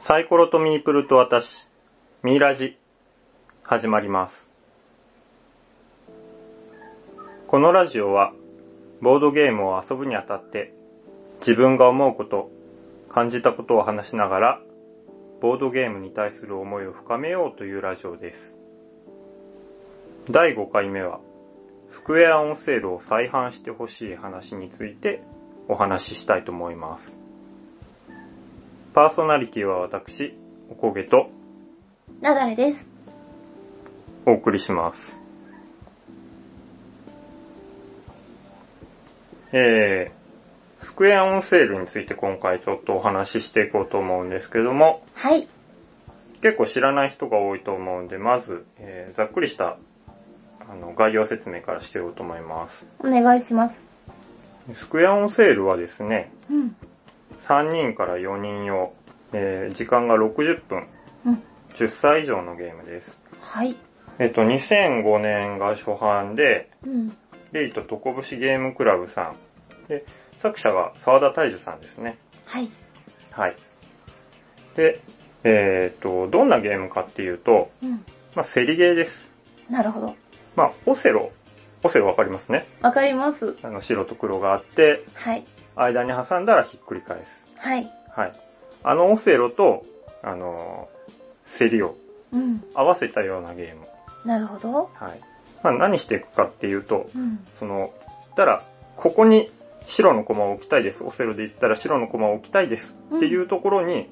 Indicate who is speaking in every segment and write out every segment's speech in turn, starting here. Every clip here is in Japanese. Speaker 1: サイコロとミープルと私、ミイラジ、始まります。このラジオは、ボードゲームを遊ぶにあたって、自分が思うこと、感じたことを話しながら、ボードゲームに対する思いを深めようというラジオです。第5回目は、スクエアオンセールを再販してほしい話についてお話ししたいと思います。パーソナリティは私、おこげと
Speaker 2: なだれです。
Speaker 1: お送りします。えー、スクエアオンセールについて今回ちょっとお話ししていこうと思うんですけども、
Speaker 2: はい。
Speaker 1: 結構知らない人が多いと思うんで、まず、えーざっくりしたあの概要説明からしてようと思います。
Speaker 2: お願いします。
Speaker 1: スクエアオンセールはですね、
Speaker 2: うん。
Speaker 1: 3人から4人用、えー時間が60分、
Speaker 2: うん。
Speaker 1: 10歳以上のゲームです。
Speaker 2: はい。
Speaker 1: えっと、2005年が初版で、
Speaker 2: うん。
Speaker 1: レイトトコブシゲームクラブさん。で、作者が沢田大樹さんですね。
Speaker 2: はい。
Speaker 1: はい。で、えっ、と、どんなゲームかっていうと、
Speaker 2: うん。
Speaker 1: まあ、セリゲーです。
Speaker 2: なるほど。
Speaker 1: まあ、オセロ。オセロわかりますね。
Speaker 2: わかります。
Speaker 1: あの、白と黒があって、
Speaker 2: はい。
Speaker 1: 間に挟んだらひっくり返す。
Speaker 2: はい。
Speaker 1: はい。あのオセロと、あのーセリを
Speaker 2: うん。
Speaker 1: 合わせたようなゲーム。
Speaker 2: なるほど。
Speaker 1: はい。まあ、何していくかっていうと、
Speaker 2: うん。
Speaker 1: その、たら、ここに白の駒を置きたいです。オセロで言ったら白の駒を置きたいです。っていうところに、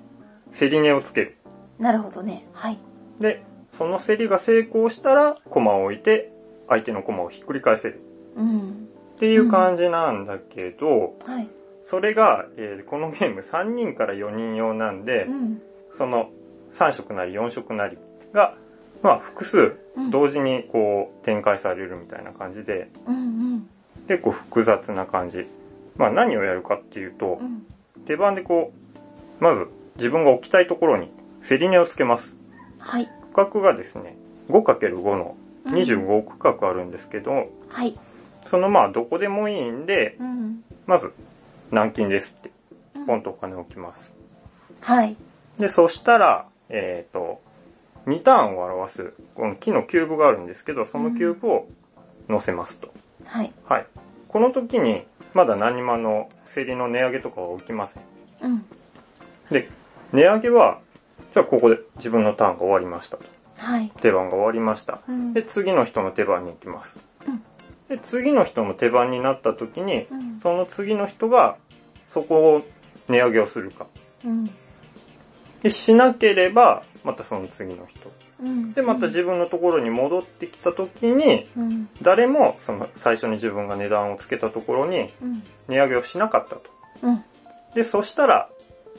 Speaker 1: セリネをつける。
Speaker 2: なるほどね。はい。
Speaker 1: で、そのセリが成功したら、駒を置いて、相手の駒をひっくり返せる。
Speaker 2: うん。
Speaker 1: っていう感じなんだけど、
Speaker 2: はい。
Speaker 1: それが、えーこのゲーム3人から4人用なんで
Speaker 2: う、ん。
Speaker 1: その3色なり4色なりが、まあ複数
Speaker 2: うん。
Speaker 1: 同時にこう展開されるみたいな感じで、
Speaker 2: うん
Speaker 1: 結構複雑な感じ。まあ何をやるかっていうと
Speaker 2: うん。う、ん。
Speaker 1: 手番でこう、まず自分が置きたいところにセリネをつけます。
Speaker 2: はい。
Speaker 1: 区画がですね、5×5 の
Speaker 2: うん。
Speaker 1: 25区画あるんですけど、
Speaker 2: はい。
Speaker 1: そのまあどこでもいいんで、
Speaker 2: うん。
Speaker 1: まず、軟禁ですって、
Speaker 2: うん
Speaker 1: ポンとお金を置きます。
Speaker 2: はい。
Speaker 1: で、そしたら、えっ、と、2ターンを表す、この木のキューブがあるんですけど、そのキューブを乗せますと。
Speaker 2: はい。
Speaker 1: はい。この時に、まだ何もあの、競りの値上げとかは起きません。
Speaker 2: うん。
Speaker 1: で、値上げは、じゃあここで自分のターンが終わりましたと。
Speaker 2: はい。
Speaker 1: 手番が終わりました。
Speaker 2: うん。
Speaker 1: で、次の人の手番に行きます
Speaker 2: うん。
Speaker 1: で、次の人の手番になった時に、
Speaker 2: うん。
Speaker 1: その次の人が、そこを値上げをするか。
Speaker 2: うん。
Speaker 1: で、しなければ、またその次の人。
Speaker 2: うん。
Speaker 1: で、また自分のところに戻ってきた時に、
Speaker 2: うん。
Speaker 1: 誰も、その、最初に自分が値段をつけたところに、
Speaker 2: うん。
Speaker 1: 値上げをしなかったと。
Speaker 2: うん。
Speaker 1: で、そしたら、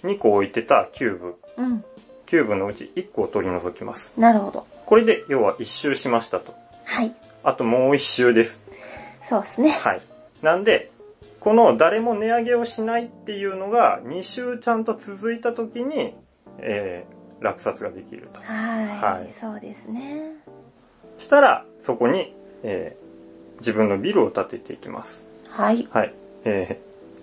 Speaker 1: 2個置いてたキューブ、
Speaker 2: うん。
Speaker 1: キューブのうち1個を取り除きます。
Speaker 2: なるほど。
Speaker 1: これで、要は1周しましたと。
Speaker 2: はい。
Speaker 1: あともう1周です。
Speaker 2: そうですね。
Speaker 1: はい。なんで、この誰も値上げをしないっていうのが、2周ちゃんと続いた時に、えー、落札ができると。
Speaker 2: は
Speaker 1: はい
Speaker 2: い。そうですね。
Speaker 1: したら、そこに、えー自分のビルを建てていきます。
Speaker 2: はい。
Speaker 1: はい。え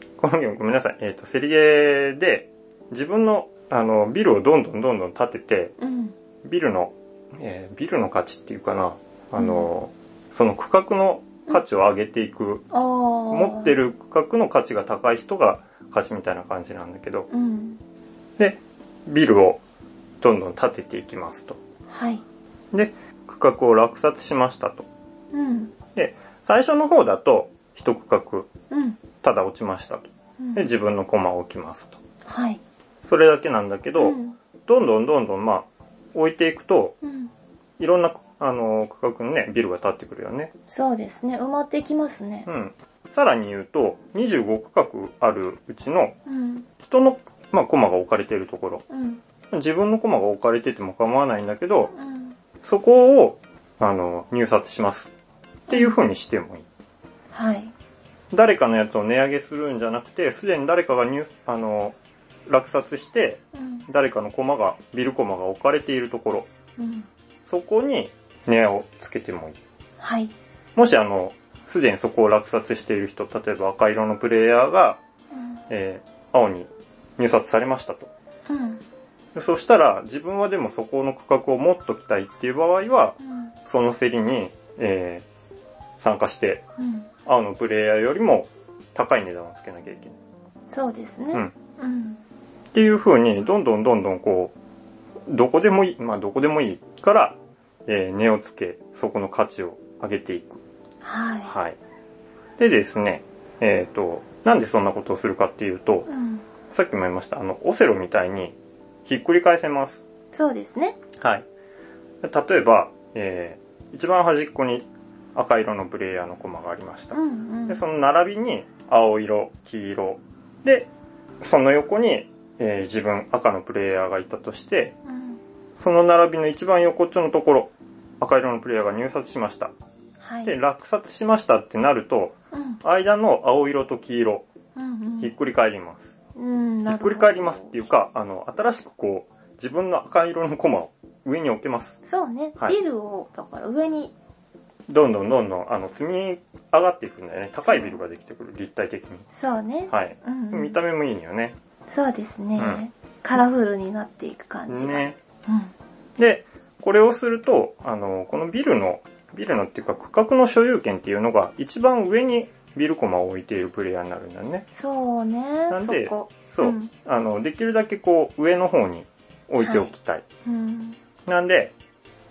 Speaker 1: ーこのゲームごめんなさい。えっ、と、セリゲーで、自分の、あの、ビルをどんどんどんどん建てて、
Speaker 2: うん。
Speaker 1: ビルの、えービルの価値っていうかな、あの、その区画の価値を上げていく、
Speaker 2: おー。
Speaker 1: 持ってる区画の価値が高い人が勝ちみたいな感じなんだけど、
Speaker 2: うん。
Speaker 1: で、ビルをどんどん建てていきますと。
Speaker 2: はい。
Speaker 1: で、区画を落札しましたと。
Speaker 2: うん。
Speaker 1: 最初の方だと、一区画、
Speaker 2: うん。
Speaker 1: ただ落ちましたと。
Speaker 2: うん
Speaker 1: で、自分の駒を置きますと。
Speaker 2: はい。
Speaker 1: それだけなんだけど、
Speaker 2: ん。
Speaker 1: どんどんどんどん、まあ、置いていくと、
Speaker 2: うん。
Speaker 1: いろんな、あの、区画のね、ビルが立ってくるよね。
Speaker 2: そうですね。埋まっていきますね
Speaker 1: う。ん。さらに言うと、25区画あるうちの、
Speaker 2: うん。
Speaker 1: 人の、まあ、駒が置かれているところ。
Speaker 2: うん。
Speaker 1: 自分の駒が置かれてても構わないんだけど、
Speaker 2: うん。
Speaker 1: そこを、あの、入札します。っていう風にしてもいい。
Speaker 2: はい。
Speaker 1: 誰かのやつを値上げするんじゃなくて、すでに誰かが入、あの、落札して、
Speaker 2: うん。
Speaker 1: 誰かの駒が、ビル駒が置かれているところ、
Speaker 2: うん。
Speaker 1: そこに値をつけてもいい。
Speaker 2: はい。
Speaker 1: もしあの、すでにそこを落札している人、例えば赤色のプレイヤーが、
Speaker 2: うん。
Speaker 1: えー、青に入札されましたと。
Speaker 2: うん。
Speaker 1: そしたら、自分はでもそこの価格を持っときたいっていう場合は、
Speaker 2: うん。
Speaker 1: その競りに、えー参加して、
Speaker 2: うん。
Speaker 1: 青のプレイヤーよりも高い値段をつけなきゃいけない。
Speaker 2: そうですね。
Speaker 1: うん。
Speaker 2: うん。
Speaker 1: っていう風に、どんどんどんどんこう、どこでもいい、まあどこでもいいから、えー値をつけ、そこの価値を上げていく。
Speaker 2: は
Speaker 1: はい。でですね、えっ、と、なんでそんなことをするかっていうと
Speaker 2: い。、うん。
Speaker 1: さっきも言いました、あの、オセロみたいに、ひっくり返せます。
Speaker 2: そうですね。
Speaker 1: はい。例えば、えー一番端っこに赤色のプレイヤーのコマがありました
Speaker 2: う。んう
Speaker 1: で、
Speaker 2: ん。
Speaker 1: その並びに、青色、黄色。で、その横に、えー自分、赤のプレイヤーがいたとして、
Speaker 2: うん。
Speaker 1: その並びの一番横っちょのところ、赤色のプレイヤーが入札しました。
Speaker 2: はい。
Speaker 1: で、落札しましたってなると、
Speaker 2: うん。
Speaker 1: 間の青色と黄色、
Speaker 2: うん。
Speaker 1: ひっくり返ります。
Speaker 2: うん。
Speaker 1: ひ
Speaker 2: なる
Speaker 1: っく
Speaker 2: ほど
Speaker 1: り返りますっていうか、あの、新しくこう、自分の赤色のコマを上に置けます。
Speaker 2: そうね。
Speaker 1: はい
Speaker 2: ビルを、だから上に、
Speaker 1: どんどんどんどん、あの、積み上がっていくんだよね。高いビルができてくる、立体的に。
Speaker 2: そうね。
Speaker 1: はい。
Speaker 2: うんうん。
Speaker 1: 見た目もいいんよね。
Speaker 2: そうですね、
Speaker 1: うん
Speaker 2: カラフルになっていく感じが。
Speaker 1: ね。
Speaker 2: うん。
Speaker 1: で、これをすると、あの、このビルの、ビルのっていうか、区画の所有権っていうのが、一番上にビルコマを置いているプレイヤーになるんだよね。
Speaker 2: そうね。
Speaker 1: なんで
Speaker 2: そこ。
Speaker 1: そう。
Speaker 2: うん
Speaker 1: あの、できるだけこう、上の方に置いておきたい。
Speaker 2: うん。
Speaker 1: なんで、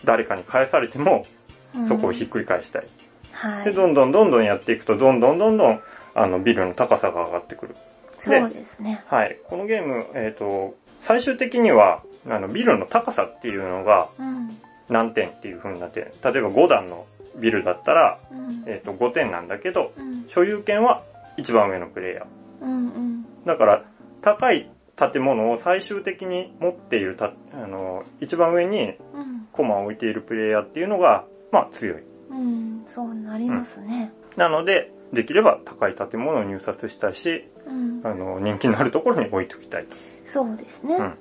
Speaker 1: 誰かに返されても、
Speaker 2: うん
Speaker 1: そこをひっくり返したい。
Speaker 2: は
Speaker 1: で、
Speaker 2: い。
Speaker 1: どんどんどんどんやっていくと、どんどんどんどん、あの、ビルの高さが上がってくる。
Speaker 2: そうですね。
Speaker 1: はい。このゲーム、えっ、と、最終的には、あの、ビルの高さっていうのが
Speaker 2: うん。
Speaker 1: 何点っていう風になって、例えば5段のビルだったら、
Speaker 2: うん。
Speaker 1: えっ、と、5点なんだけど、
Speaker 2: うん。
Speaker 1: 所有権は一番上のプレイヤー。
Speaker 2: うん。うん。
Speaker 1: だから、高い建物を最終的に持っているた、あの、一番上に
Speaker 2: うん。
Speaker 1: コマを置いているプレイヤーっていうのが、まあ強い。
Speaker 2: うん。そうなりますね。
Speaker 1: なので、できれば高い建物を入札したいし、
Speaker 2: うん。
Speaker 1: あの、人気のあるところに置いておきたいと。
Speaker 2: そうですね。
Speaker 1: うん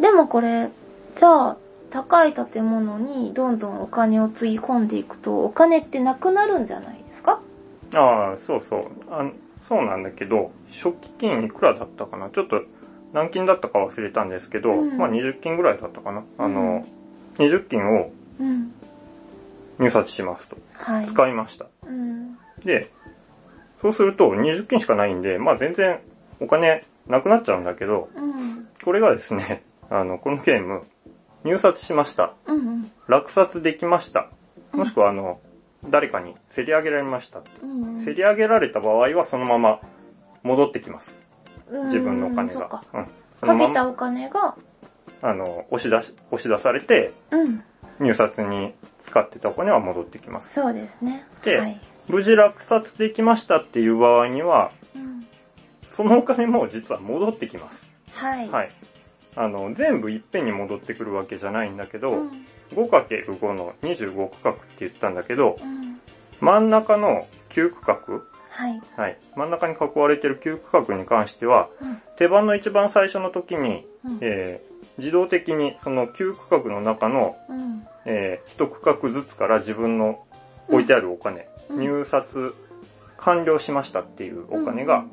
Speaker 2: でもこれ、じゃあ、高い建物にどんどんお金をつぎ込んでいくと、お金ってなくなるんじゃないですか
Speaker 1: ああ、そうそう。あのそうなんだけど、初期金いくらだったかなちょっと何金だったか忘れたんですけど、
Speaker 2: うん
Speaker 1: まあ20金ぐらいだったかな。あ
Speaker 2: う
Speaker 1: の
Speaker 2: ん、
Speaker 1: 20金を
Speaker 2: うん。
Speaker 1: 入札しますと。
Speaker 2: はい。
Speaker 1: 使いました。
Speaker 2: うん。
Speaker 1: で、そうすると20金しかないんで、まあ全然お金なくなっちゃうんだけど、
Speaker 2: うん。
Speaker 1: これがですね、 あの、このゲーム、入札しました。
Speaker 2: うん。うん。
Speaker 1: 落札できました。もしく
Speaker 2: は、
Speaker 1: はあの、誰かに競り上げられました。
Speaker 2: うん、
Speaker 1: 競り上げられた場合はそのまま戻ってきます。自
Speaker 2: 自
Speaker 1: 分のお金
Speaker 2: そっ
Speaker 1: が
Speaker 2: か。。
Speaker 1: うん。その
Speaker 2: か
Speaker 1: ま
Speaker 2: けた
Speaker 1: ま、
Speaker 2: お金が、
Speaker 1: あの、押し出し、押し出されて、
Speaker 2: うん、
Speaker 1: 入札に使ってたお金は戻ってきます。
Speaker 2: そうですね。
Speaker 1: で
Speaker 2: はい。
Speaker 1: 無事落札できましたっていう場合には、
Speaker 2: うん
Speaker 1: そのお金も実は戻ってきます。
Speaker 2: はい。
Speaker 1: はい。あの、全部いっぺんに戻ってくるわけじゃないんだけ
Speaker 2: う
Speaker 1: ど、
Speaker 2: ん
Speaker 1: 5×5 の25区画って言ったんだけど、
Speaker 2: うん
Speaker 1: 真ん中の9区画、
Speaker 2: はい。
Speaker 1: はい。真ん中に囲われてる9区画に関しては、
Speaker 2: うん
Speaker 1: 手番の一番最初の時に、
Speaker 2: うん
Speaker 1: えー自動的にその9区画の中の、
Speaker 2: うん
Speaker 1: えー1区画ずつから自分の置いてあるお金、
Speaker 2: うん
Speaker 1: 入札完了しましたっていうお金
Speaker 2: う
Speaker 1: が
Speaker 2: ん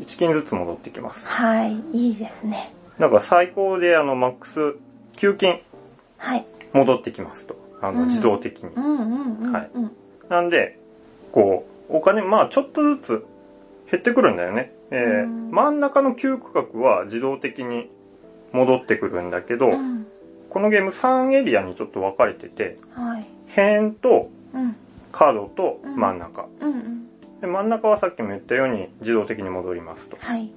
Speaker 1: 1金ずつ戻ってきます。
Speaker 2: はい。いいですね。
Speaker 1: なんか最高であのマックス9金
Speaker 2: はい。
Speaker 1: 戻ってきますと。あ
Speaker 2: う
Speaker 1: の
Speaker 2: ん
Speaker 1: 自動的に
Speaker 2: う。んうんうん。
Speaker 1: はい
Speaker 2: うん
Speaker 1: なんで、こう、お金、まあちょっとずつ減ってくるんだよね。えー
Speaker 2: うん
Speaker 1: 真ん中の9区画は自動的に戻ってくるんだけど、
Speaker 2: うん。
Speaker 1: このゲーム3エリアにちょっと分かれてて、
Speaker 2: はい。
Speaker 1: 辺と
Speaker 2: うん。
Speaker 1: カードと真ん中。
Speaker 2: うんうん。
Speaker 1: で真ん中はさっきも言ったように自動的に戻りますと。
Speaker 2: はい。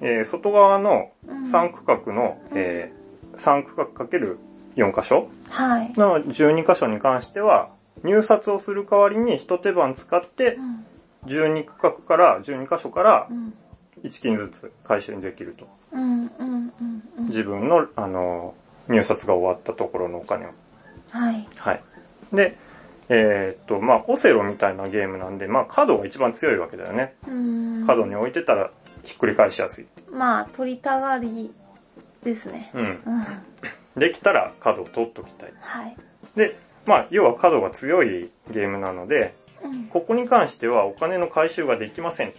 Speaker 1: えー外側の
Speaker 2: うん
Speaker 1: 3区画の、
Speaker 2: うん
Speaker 1: えー3区画かける4箇所
Speaker 2: はい。
Speaker 1: の12箇所に関しては、入札をする代わりに一手番使って
Speaker 2: う、ん
Speaker 1: 12区画から、12箇所から
Speaker 2: うん
Speaker 1: 1金ずつ回収できると。
Speaker 2: うんうんうんうん。
Speaker 1: 自分の、あのー入札が終わったところのお金を。
Speaker 2: はい。
Speaker 1: はい。で、えーっと、まあ、オセロみたいなゲームなんで、まあ、角が一番強いわけだよね。
Speaker 2: うん。
Speaker 1: 角に置いてたらひっくり返しやすい。
Speaker 2: まあ、取りたがりですね。
Speaker 1: うん。
Speaker 2: うん。
Speaker 1: できたら角を取っときたい。
Speaker 2: はい。
Speaker 1: で、まあ、要は角が強いゲームなので、
Speaker 2: うん
Speaker 1: ここに関してはお金の回収ができませんと。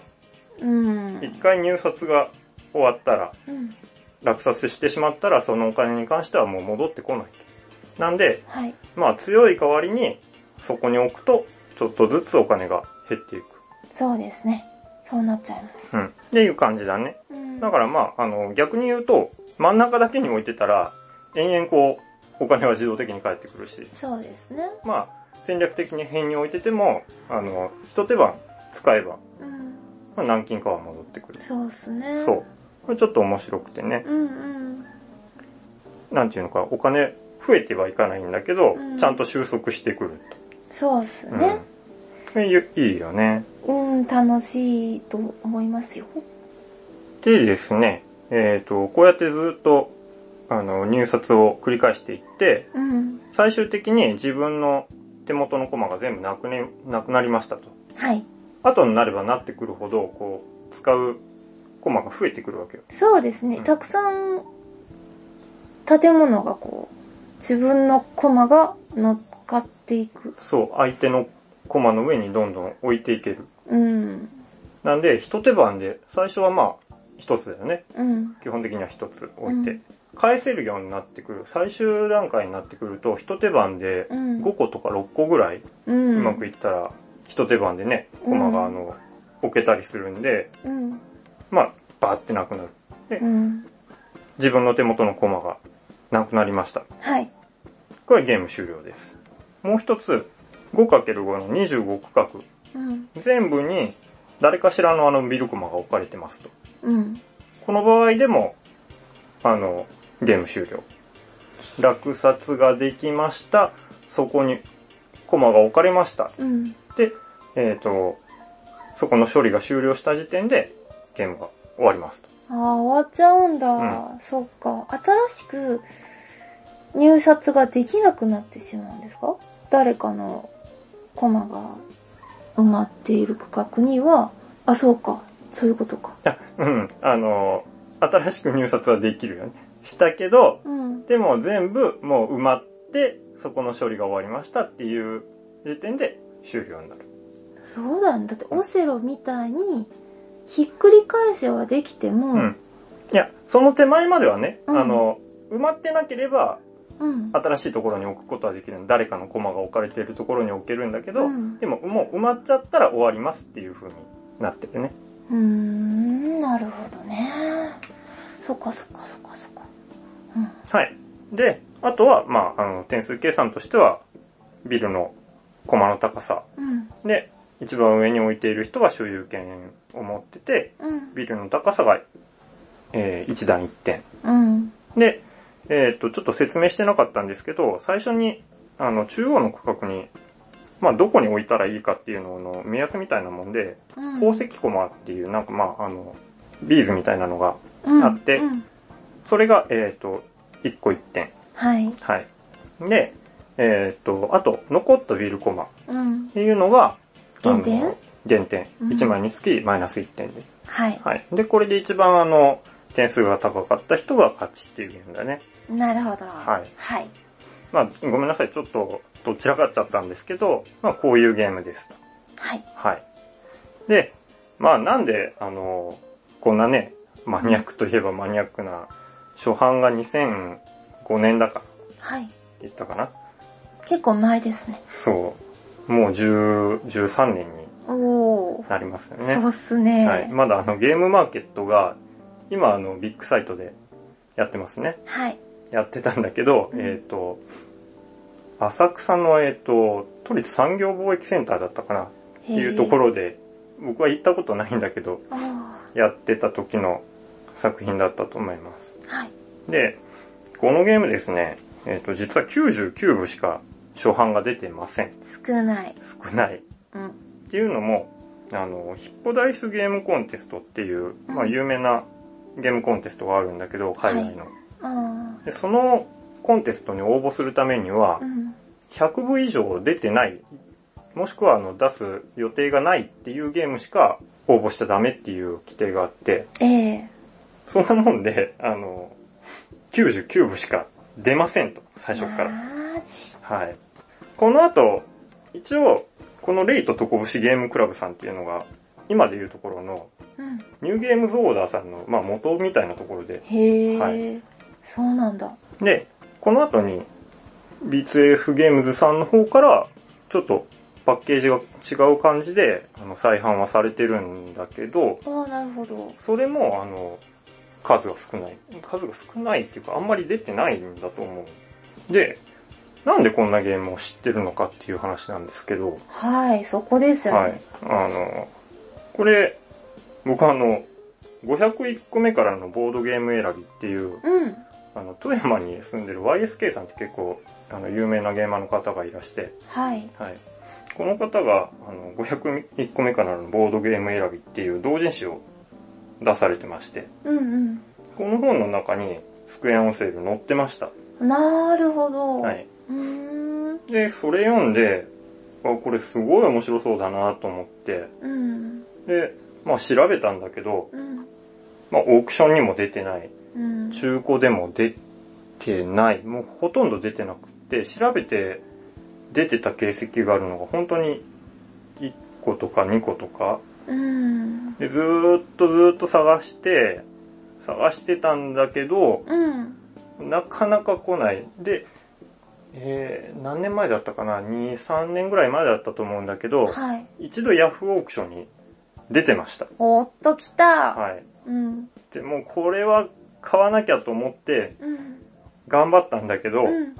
Speaker 2: うん。
Speaker 1: 一回入札が終わったら、
Speaker 2: うん。
Speaker 1: 落札してしまったら、そのお金に関してはもう戻ってこない。なんで、
Speaker 2: はい。
Speaker 1: まあ強い代わりに、そこに置くと、ちょっとずつお金が減っていく。
Speaker 2: そうですね。そうなっちゃいます。
Speaker 1: うん。っていう感じだね。
Speaker 2: うん
Speaker 1: だからまあ、あの、逆に言うと、真ん中だけに置いてたら、延々こう、お金は自動的に返ってくるし、
Speaker 2: そうですね。
Speaker 1: まあ、戦略的に辺に置いてても、あの、一手番使えば、
Speaker 2: うん。
Speaker 1: まあ、何金かは戻ってくる。
Speaker 2: そうっすね。
Speaker 1: そう。。これちょっと面白くてね、
Speaker 2: うんうん。
Speaker 1: なんていうのか、お金増えてはいかないんだけど
Speaker 2: うん、
Speaker 1: ちゃんと収束してくる
Speaker 2: そうっす
Speaker 1: と。うん。
Speaker 2: ね。
Speaker 1: これゆいいよね。
Speaker 2: うん、楽しいと思いますよ。
Speaker 1: でですね、えっ、と、こうやってずっと、あの、入札を繰り返していって、
Speaker 2: うん。
Speaker 1: 最終的に自分の手元のコマが全部なく,、ね、なくなりましたと。
Speaker 2: はい。
Speaker 1: 後になればなってくるほど、こう、使うコマが増えてくるわけよ。
Speaker 2: そうですね。
Speaker 1: うん
Speaker 2: たくさん、建物がこう、自分のコマが乗っかっていく。
Speaker 1: そう、相手のコマの上にどんどん置いていける。
Speaker 2: うん。
Speaker 1: なんで、一手番で、最初はまあ、一つだよね。
Speaker 2: うん。
Speaker 1: 基本的には一つ置いて。
Speaker 2: うん
Speaker 1: 返せるようになってくる。最終段階になってくると、一手番で
Speaker 2: うん。
Speaker 1: 5個とか6個ぐらい、
Speaker 2: うん。
Speaker 1: うまくいったら、一手番でね、コマがあの、置けたりするんで、
Speaker 2: うん。
Speaker 1: まあ、バーってなくなる。
Speaker 2: うん。
Speaker 1: 自分の手元のコマがなくなりました。
Speaker 2: はい。
Speaker 1: これゲーム終了です。もう一つ、5×5 の25区画、
Speaker 2: うん。
Speaker 1: 全部に誰かしらのあのビルコマが置かれてますと。
Speaker 2: うん。
Speaker 1: この場合でも、あの、ゲーム終了。落札ができました。そこにコマが置かれました。
Speaker 2: うん。
Speaker 1: で、えっ、と、そこの処理が終了した時点でゲームが終わりますと。
Speaker 2: ああ、終わっちゃうんだ。
Speaker 1: う
Speaker 2: そっか。新しく入札ができなくなってしまうんですか誰かのコマが埋まっている区画には、あ、そうか。そういうことか。
Speaker 1: あうん、あの、新しく入札はできるよね。したけど、
Speaker 2: うん。
Speaker 1: でも全部もう埋まって、そこの処理が終わりましたっていう時点で終了になる。
Speaker 2: そうなんだ。だってオセロみたいに、ひっくり返せはできて
Speaker 1: う
Speaker 2: も、
Speaker 1: ん。いや、その手前まではね、
Speaker 2: うん
Speaker 1: あの、埋まってなければ、
Speaker 2: うん。
Speaker 1: 新しいところに置くことはできる。誰かのコマが置かれているところに置けるんだけど、
Speaker 2: うん
Speaker 1: でももう埋まっちゃったら終わりますっていう風になっててね。
Speaker 2: うーん、なるほどね。そっかそっかそっかそっか。うん。
Speaker 1: はい。で、あとは、まあ、あの、点数計算としては、ビルのコマの高さ。
Speaker 2: うん。
Speaker 1: で、一番上に置いている人は所有権を持ってて、
Speaker 2: うん。
Speaker 1: ビルの高さが、えー、1段1点。
Speaker 2: うん。
Speaker 1: で、えっ、と、ちょっと説明してなかったんですけど、最初に、あの、中央の区画に、まあ、どこに置いたらいいかっていうのの目安みたいなもんで、
Speaker 2: うん
Speaker 1: 宝石コマっていう、なんかまあ、あの、ビーズみたいなのが、
Speaker 2: うん
Speaker 1: あって
Speaker 2: うん
Speaker 1: それが、えっ、と、1個1点。
Speaker 2: はい。
Speaker 1: はい。で、えっ、と、あと、残ったビルコマっ
Speaker 2: うん。
Speaker 1: ていうのが、あの
Speaker 2: 減点
Speaker 1: 減点。
Speaker 2: うん
Speaker 1: 1枚につきマイナス1点で。
Speaker 2: はい。
Speaker 1: はい。で、これで一番あの、点数が高かった人が勝ちっていうゲームだね。
Speaker 2: なるほど。
Speaker 1: はい
Speaker 2: はい。
Speaker 1: まあ、ごめんなさい。ちょっと、どちらかっちゃったんですけど、まあ、こういうゲームですと。
Speaker 2: はい。
Speaker 1: はい。で、まあ、なんで、あの、こんなね、マニアックといえばマニアックな、初版が2005年だか、って
Speaker 2: はい。
Speaker 1: 言ったかな。
Speaker 2: 結構前ですね。
Speaker 1: そう。もう10 13年に
Speaker 2: おー。
Speaker 1: なりますよね。
Speaker 2: そうっすね。
Speaker 1: はい。まだあのゲームマーケットが、今あのビッグサイトでやってますね。
Speaker 2: はい。
Speaker 1: やってたんだけど、
Speaker 2: うん
Speaker 1: えっ、と、浅草の、えっ、と、都立産業貿易センターだったかなっていうとこ
Speaker 2: ろ。
Speaker 1: ろで、僕は行ったことないんだけど、
Speaker 2: おー
Speaker 1: やってた時の作品だったと思います。
Speaker 2: はい。
Speaker 1: で、このゲームですね、えっ、と、実は99部しか初版が出てません。
Speaker 2: 少ない。
Speaker 1: 少ない。
Speaker 2: うん。
Speaker 1: っていうのも、あの、ヒッポダイスゲームコンテストっていう、まあ、有名なゲームコンテストがあるんだけど、海外の。
Speaker 2: あ
Speaker 1: で、そのコンテストに応募するためには
Speaker 2: ー。う、ん。
Speaker 1: 100部以上出てない、もしくはあの出す予定がないっていうゲームしか応募しちゃダメっていう規定があって、
Speaker 2: ええ
Speaker 1: そんなもんで、 あの、99部しか出ませんと、最初から。
Speaker 2: マジ。
Speaker 1: はい。この後、一応、このレイとトコブシゲームクラブさんっていうのが、今でいうところの
Speaker 2: うん。
Speaker 1: ニューゲームズオーダーさんの、まあ、元みたいなところで。
Speaker 2: へえ、
Speaker 1: は
Speaker 2: そうなんだ。
Speaker 1: で、この後に B2F ゲームズさんの方から、ちょっとパッケージが違う感じで、あの、再販はされてるんだけど、
Speaker 2: ああ、なるほど。
Speaker 1: それも、あの、数が少ない。数が少ないっていうか、あんまり出てないんだと思う。で、なんでこんなゲームを知ってるのかっていう話なんですけど、
Speaker 2: はい、そこですよね。
Speaker 1: はい。あの、これ、僕あの、501個目からのボードゲーム選びっていう、
Speaker 2: うん。
Speaker 1: あの、富山に住んでる YSK さんって結構、あの、有名なゲーマーの方がいらして、
Speaker 2: はい。
Speaker 1: はい。この方が、あの、501個目からのボードゲーム選びっていう同人誌を出されてまして、
Speaker 2: うん
Speaker 1: この本の中に、スクエアオンセール載ってました。
Speaker 2: うん。なるほど。
Speaker 1: はい。。
Speaker 2: うーん。
Speaker 1: で、それ読んで、あ、これすごい面白そうだなと思って、
Speaker 2: うん。
Speaker 1: で、まあ調べたんだけど、
Speaker 2: うん。
Speaker 1: まあ、オークションにも出てない、
Speaker 2: うん。
Speaker 1: 中古でも出てない、もうほとんど出てなくて、調べて出てた形跡があるのが本当に1個とか2個とか、
Speaker 2: うん。
Speaker 1: でずーっとずーっと探して、探してたんだけど、
Speaker 2: うん。
Speaker 1: なかなか来ない。で、えー、何年前だったかな ?2、3年ぐらい前だったと思うんだけど、
Speaker 2: はい。
Speaker 1: 一度ヤフーオークションに出てました。
Speaker 2: おっと来た。
Speaker 1: はい。
Speaker 2: うん。
Speaker 1: で、もうこれは買わなきゃと思って、
Speaker 2: うん。
Speaker 1: 頑張ったんだけど、
Speaker 2: うん。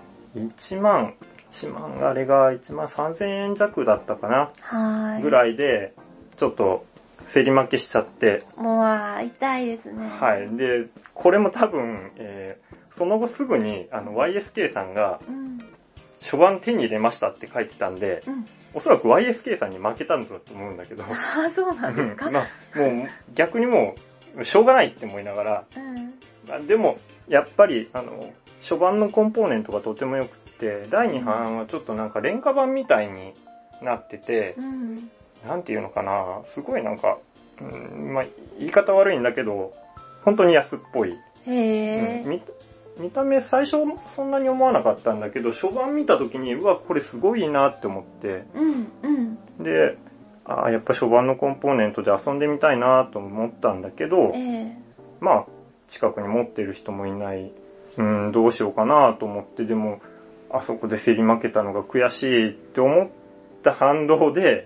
Speaker 1: 1万、1万、あれが1万3000円弱だったかな、
Speaker 2: はい。
Speaker 1: ぐ
Speaker 2: い。
Speaker 1: らいで、ちょっと、競り負けしちゃって、
Speaker 2: もう、あー痛いですね。
Speaker 1: はい。で、これも多分、えーその後すぐに、あの、YSK さんが、
Speaker 2: うん。
Speaker 1: 初版手に入れましたって書いてたんで、
Speaker 2: うん。
Speaker 1: おそらく YSK さんに負けたんだと思うんだけど、
Speaker 2: ああ、そうなんですか。
Speaker 1: まあ、もう、逆にもう、しょうがないって思いながら、
Speaker 2: うん。
Speaker 1: まあでも、やっぱり、あの、初版のコンポーネントがとても良くて、第2版はちょっとなんか廉価版みたいになってて
Speaker 2: う、ん。
Speaker 1: なんていうのかな、すごいなんか、うんまあ、言い方悪いんだけど、本当に安っぽい。
Speaker 2: へえ
Speaker 1: うん。見見た目最初そんなに思わなかったんだけど、初版見た時に、うわ、これすごいなって思って、
Speaker 2: うん。うん。
Speaker 1: で、あーやっぱ初版のコンポーネントで遊んでみたいなと思ったんだけど、
Speaker 2: ええ。
Speaker 1: まあ、近くに持ってる人もいない、うん、どうしようかなと思って、でも、あそこで競り負けたのが悔しいって思った反動で、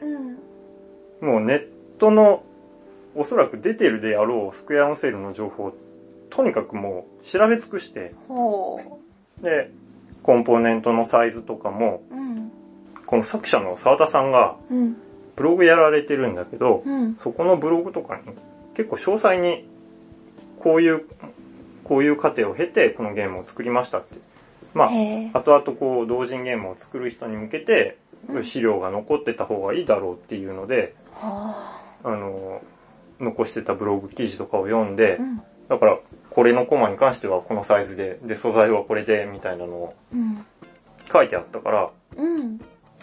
Speaker 2: うん。
Speaker 1: もうネットの、おそらく出てるであろうスクエアオンセールの情報を、とにかくもう調べ尽くして、
Speaker 2: ほ
Speaker 1: で、コンポーネントのサイズとかも、
Speaker 2: う。うん。
Speaker 1: この作者の沢田さんが
Speaker 2: うん。
Speaker 1: ブログやられてるんだけど、
Speaker 2: うん。
Speaker 1: そこのブログとかに結構詳細にこういう、こういう過程を経てこのゲームを作りましたって。まあ、
Speaker 2: へえ。
Speaker 1: 後々こう同人ゲームを作る人に向けて
Speaker 2: うん
Speaker 1: 資料が残ってた方がいいだろうっていうので、
Speaker 2: は
Speaker 1: あの、残してたブログ記事とかを読ん
Speaker 2: あ。
Speaker 1: で
Speaker 2: う、ん。
Speaker 1: だからこれのコマに関してはこのサイズで、で素材はこれでみたいなのを
Speaker 2: うん。
Speaker 1: 書いてあったから、
Speaker 2: うん。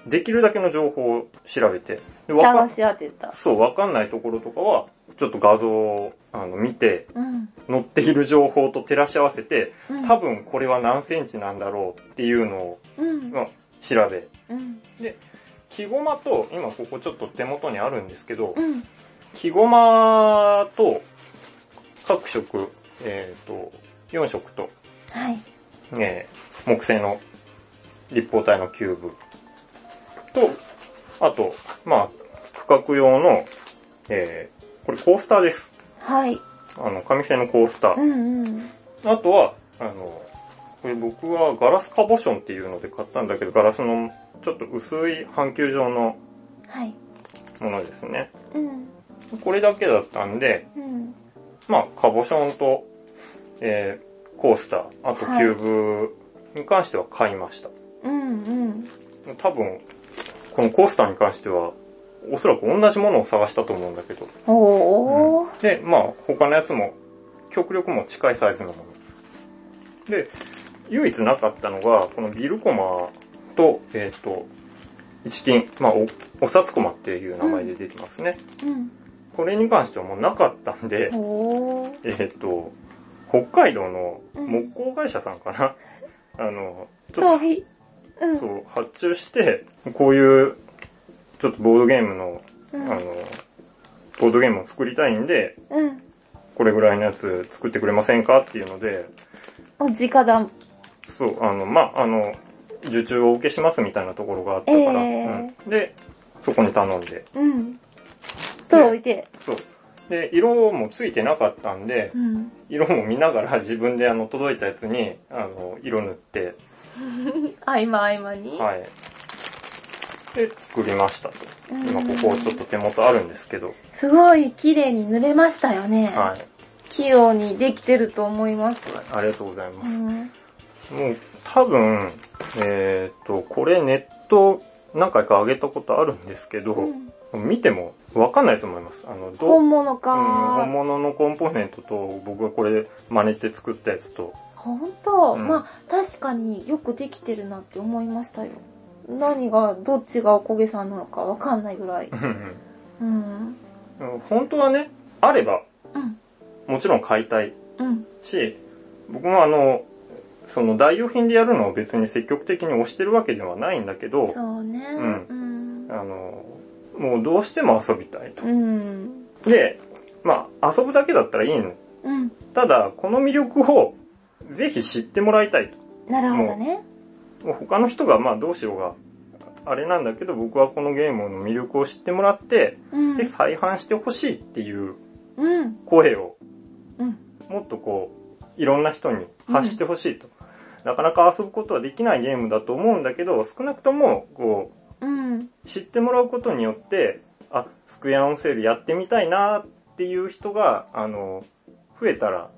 Speaker 1: できるだけの情報を調べて、でわか
Speaker 2: 探
Speaker 1: ん
Speaker 2: し当てた。
Speaker 1: そう、わかんないところとかは、ちょっと画像をあの見て、
Speaker 2: うん。
Speaker 1: 載っている情報と照らし合わせて、
Speaker 2: うん
Speaker 1: 多分これは何センチなんだろうっていうのを、
Speaker 2: うん。
Speaker 1: まあ調べ。
Speaker 2: うん。
Speaker 1: 木駒と、今ここちょっと手元にあるんですけど、
Speaker 2: うん。
Speaker 1: 木駒と各色、えっ、と、4色と、
Speaker 2: はい。
Speaker 1: えー木製の立方体のキューブと、あと、まあ、区画用の、えーこれコースターです。
Speaker 2: はい。
Speaker 1: あの、紙製のコースター
Speaker 2: う。んうん。
Speaker 1: あとは、あの、これ僕はガラスカボションっていうので買ったんだけど、ガラスのちょっと薄い半球状の
Speaker 2: はい。
Speaker 1: ものですね。
Speaker 2: うん。
Speaker 1: これだけだったんで、
Speaker 2: うん。
Speaker 1: まあ、カボションと、えーコースター、あとキューブに関しては買いました。
Speaker 2: うんうん。
Speaker 1: 多分、このコースターに関しては、おそらく同じものを探したと思うんだけど。
Speaker 2: おー。
Speaker 1: で、まあ、他のやつも、極力もう近いサイズのもの。で、唯一なかったのが、このビルコマと、えっ、と、一金、まあ、お、お札コマっていう名前で出てますね。
Speaker 2: うん。
Speaker 1: これに関してはもうなかったんで、
Speaker 2: おー。
Speaker 1: えっ、と、北海道の
Speaker 2: う
Speaker 1: 木
Speaker 2: ん
Speaker 1: 工会社さんかな、 あの、ちょっ
Speaker 2: 遠い。う
Speaker 1: と、
Speaker 2: ん
Speaker 1: そ。う、発注して、こういう、ちょっとボードゲームの、
Speaker 2: う
Speaker 1: あ
Speaker 2: ん。
Speaker 1: の、ボードゲームを作りたいんで、
Speaker 2: うん。
Speaker 1: これぐらいのやつ作ってくれませんかっていうので、
Speaker 2: もう直談。
Speaker 1: そう、あの、まあ、あの、受注をお受けしますみたいなところがあったから、
Speaker 2: え
Speaker 1: うんで、そこに頼んで、
Speaker 2: うん。届いて。
Speaker 1: そう。で、色もついてなかったんで、
Speaker 2: うん。
Speaker 1: 色も見ながら 自分であの届いたやつに、あの、色塗って、
Speaker 2: 合間合間に。
Speaker 1: はい。で、作りましたと。
Speaker 2: うん
Speaker 1: 今ここちょっと手元あるんですけど、
Speaker 2: すごい綺麗に塗れましたよね。
Speaker 1: はい。
Speaker 2: 器用にできてると思います。
Speaker 1: ありがとうございま
Speaker 2: う
Speaker 1: す。
Speaker 2: ん。
Speaker 1: もう、多分、えっ、と、これネット何回か上げたことあるんですけど、
Speaker 2: うん
Speaker 1: 見てもわかんないと思います。あの、どう、
Speaker 2: 本物
Speaker 1: う
Speaker 2: か
Speaker 1: ん、本物のコンポーネントと、僕がこれ真似て作ったやつと、
Speaker 2: 本当、
Speaker 1: うん
Speaker 2: まあ確かによくできてるなって思いましたよ。何が、どっちがおこげさんなのかわかんないぐらい。うん。
Speaker 1: 本当はね、あれば、
Speaker 2: うん。
Speaker 1: もちろん買いたい
Speaker 2: うん。
Speaker 1: し、僕もあの、その代用品でやるのを別に積極的に推してるわけではないんだけど、
Speaker 2: そうね。
Speaker 1: う
Speaker 2: うん
Speaker 1: あ。の、もうどうしても遊びたいと。
Speaker 2: うん。
Speaker 1: で、まあ、遊ぶだけだったらいいの。
Speaker 2: うん。
Speaker 1: ただ、この魅力をぜひ知ってもらいたい
Speaker 2: なるほどね。
Speaker 1: と。もう他の人がまあどうしようが、あれなんだけど、僕はこのゲームの魅力を知ってもらって、
Speaker 2: うん
Speaker 1: で、。再販してほしいっていう
Speaker 2: うん。
Speaker 1: 声を、
Speaker 2: うん。
Speaker 1: もっとこう、いろんな人に発してほしいと。なかなか遊ぶことはできないゲームだと思うんだけど、少なくとも、こ
Speaker 2: うん。
Speaker 1: う、知ってもらうことによって、あ、スクエアオンセールやってみたいなっていう人が、あの、増えたら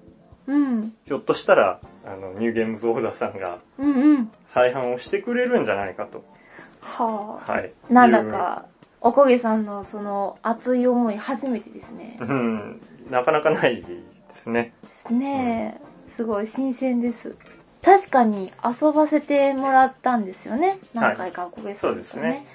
Speaker 2: うん。
Speaker 1: ひょっとしたら、あの、ニューゲームズオーダーさんが
Speaker 2: うん。うん。
Speaker 1: 再販をしてくれるんじゃないかと。
Speaker 2: は
Speaker 1: はい。
Speaker 2: あ。なんだか、おこげさんのその熱い思い初めてですね
Speaker 1: いう。。うん、なかなかないですね。
Speaker 2: ねえ、すごい新鮮です。確かに遊ばせてもらったんですよね。何回かおこげさんと
Speaker 1: そうですね。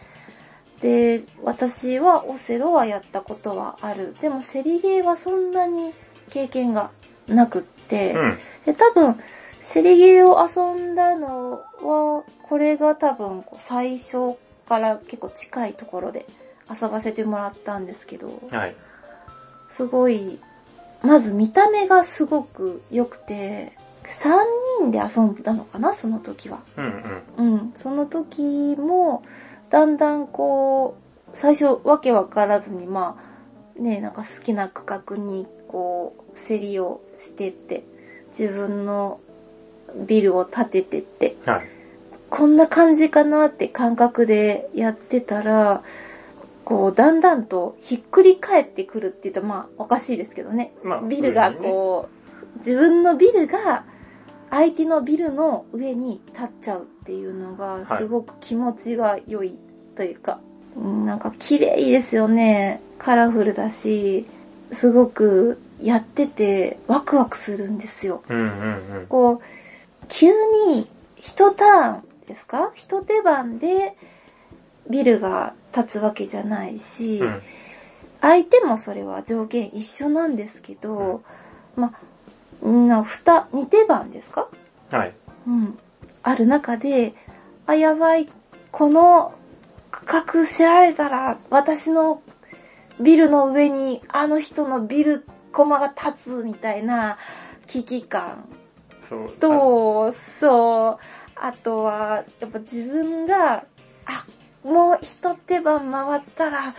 Speaker 2: で、私はオセロはやったことはある。でもセリゲーはそんなに経験がなくって、
Speaker 1: うん。
Speaker 2: で多分、セリゲーを遊んだのは、これが多分こう最初から結構近いところで遊ばせてもらったんですけど、
Speaker 1: はい。
Speaker 2: すごい、まず見た目がすごく良くて、3人で遊んだのかな、その時は。
Speaker 1: うんうん。
Speaker 2: うん。その時も、だんだんこう、最初わけわからずに、まあ、ね、なんか好きな区画に、こう、競りをしてって、自分のビルを建ててって、
Speaker 1: はい。
Speaker 2: こんな感じかなって感覚でやってたら、こう、だんだんとひっくり返ってくるって言うと、まあ、おかしいですけどね。
Speaker 1: まあ
Speaker 2: ビルがこう、自分のビルが相手のビルの上に立っちゃうっていうのが、
Speaker 1: はい
Speaker 2: すごく気持ちが良いというか、うんなんか綺麗ですよね。カラフルだし、すごくやっててワクワクするんですよ。
Speaker 1: うんうん
Speaker 2: こう、急に一ターンですか一手番でビルが立つわけじゃないし、
Speaker 1: うん。うん。
Speaker 2: 相手もそれは条件一緒なんですけど、まあ、な、ふた、二手番ですか
Speaker 1: はい。
Speaker 2: うん。ある中で、あ、やばい、この区画せられたら、私のビルの上にあの人のビル駒が立つみたいな危機感
Speaker 1: そう。
Speaker 2: と、そう、あとは、やっぱ自分が、あ、もう一手番回ったら、